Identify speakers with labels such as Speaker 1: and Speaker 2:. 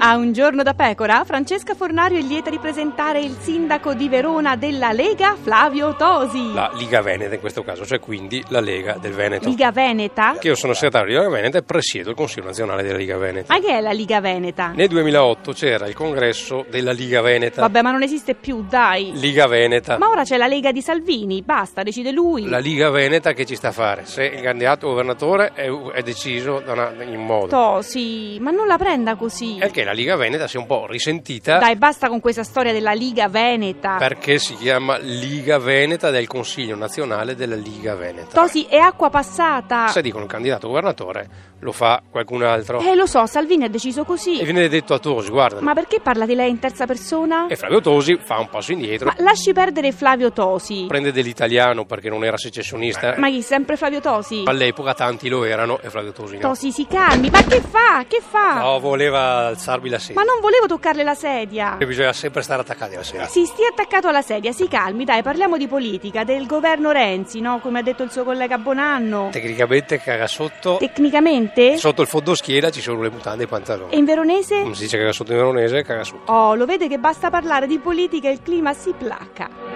Speaker 1: A un giorno da pecora, Francesca Fornario è lieta di presentare il sindaco di Verona della Lega, Flavio Tosi.
Speaker 2: la Liga Veneta in questo caso, cioè quindi la Lega del Veneto.
Speaker 1: Liga Veneta?
Speaker 2: Che Io sono segretario della Liga Veneta e presiedo il Consiglio nazionale della Liga Veneta.
Speaker 1: Ma che è la Liga Veneta?
Speaker 2: Nel 2008 c'era il congresso della Liga Veneta.
Speaker 1: Vabbè, ma non esiste più, dai.
Speaker 2: Liga Veneta.
Speaker 1: Ma ora c'è la Lega di Salvini, basta, decide lui.
Speaker 2: La Liga Veneta che ci sta a fare? Se il candidato governatore è, è deciso da una- in modo.
Speaker 1: Tosi, ma non la prenda così.
Speaker 2: È che la Liga Veneta si è un po' risentita
Speaker 1: Dai, basta con questa storia della Liga Veneta.
Speaker 2: perché si chiama Liga Veneta del Consiglio nazionale della Liga Veneta.
Speaker 1: Tosi, è acqua passata.
Speaker 2: Se dicono candidato governatore, lo fa qualcun altro.
Speaker 1: Eh, lo so, Salvini ha deciso
Speaker 2: E
Speaker 1: così.
Speaker 2: viene detto a Tosi, guarda.
Speaker 1: Ma perché parla di lei in terza persona?
Speaker 2: E Flavio Tosi fa un passo indietro,
Speaker 1: Ma lasci perdere Flavio Tosi.
Speaker 2: prende dell'italiano perché non era secessionista.
Speaker 1: Ma chi, sempre Flavio Tosi?
Speaker 2: All'epoca tanti lo erano e Flavio Tosi no.
Speaker 1: Tosi, si calmi. Ma che fa? Che fa?
Speaker 2: No, voleva alzarvi la sedia.
Speaker 1: Ma non volevo toccarle la sedia.
Speaker 2: E Bisogna sempre stare attaccati alla sedia.
Speaker 1: Si stia attaccato alla sedia, si calmi, dai, parliamo di politica, del governo Renzi, no? Come ha detto il suo collega Bonanno.
Speaker 2: Tecnicamente caga sotto,
Speaker 1: Tecnicamente?
Speaker 2: sotto il fondoschiena ci sono le mutande e i
Speaker 1: E
Speaker 2: pantaloni.
Speaker 1: in veronese?
Speaker 2: Come si dice caga sotto in veronese, caga sotto.
Speaker 1: Oh, lo vede che basta parlare di politica e il clima si placa.